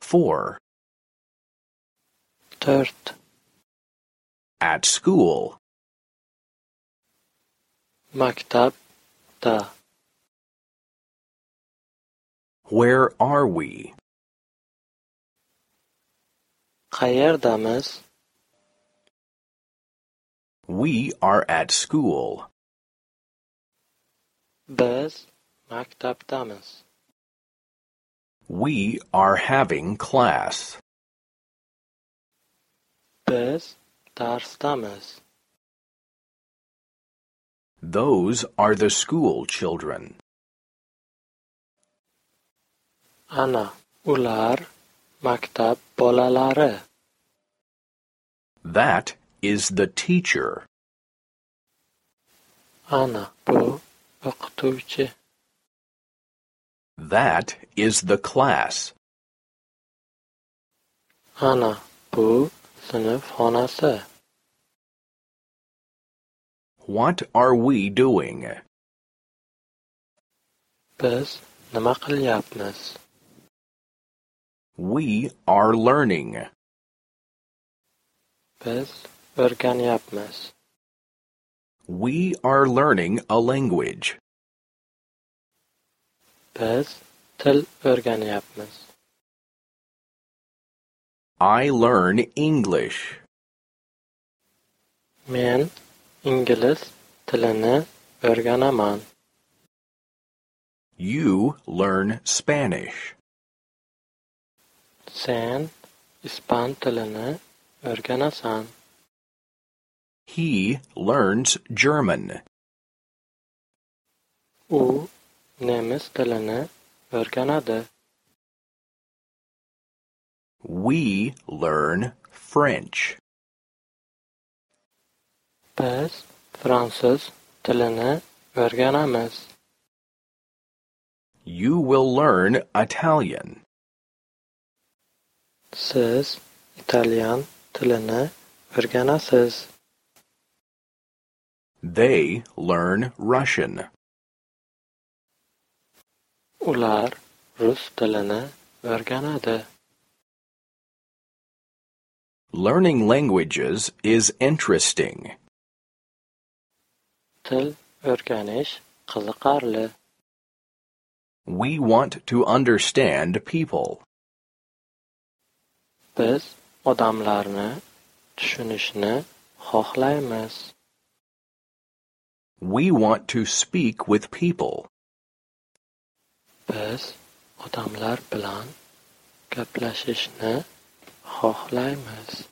four. dört, At school. maktabda, Where are we? qayerdamiz, We are at school. biz maktabdamiz, We are having class. biz darsdamiz, Those are the school children. ana ular maktab bolalari, That is the teacher. ana bu o'qituvchi, That is the class. ana bu sinf xonasi, What are we doing? biz nima qilyapmiz, We are learning. biz o'rganyapmiz, We are learning a language. biz til o'rganyapmiz, I learn English. men ingliz tilini o'rganaman. You learn Spanish. Sen ispan tilini o'rganasan. He learns German. U nemis tilini o'rganadi. We learn French. Biz fransuz tilini o'rganamiz. You will learn Italian. Siz italyan tilini o'rganasiz. They learn Russian. Ular rus tilini o'rganadi. Learning languages is interesting. Til o'rganish qiziqarli. We want to understand people. Biz odamlarni tushunishni xohlaymiz. We want to speak with people. Biz odamlar bilan gaplashishni xohlaymiz.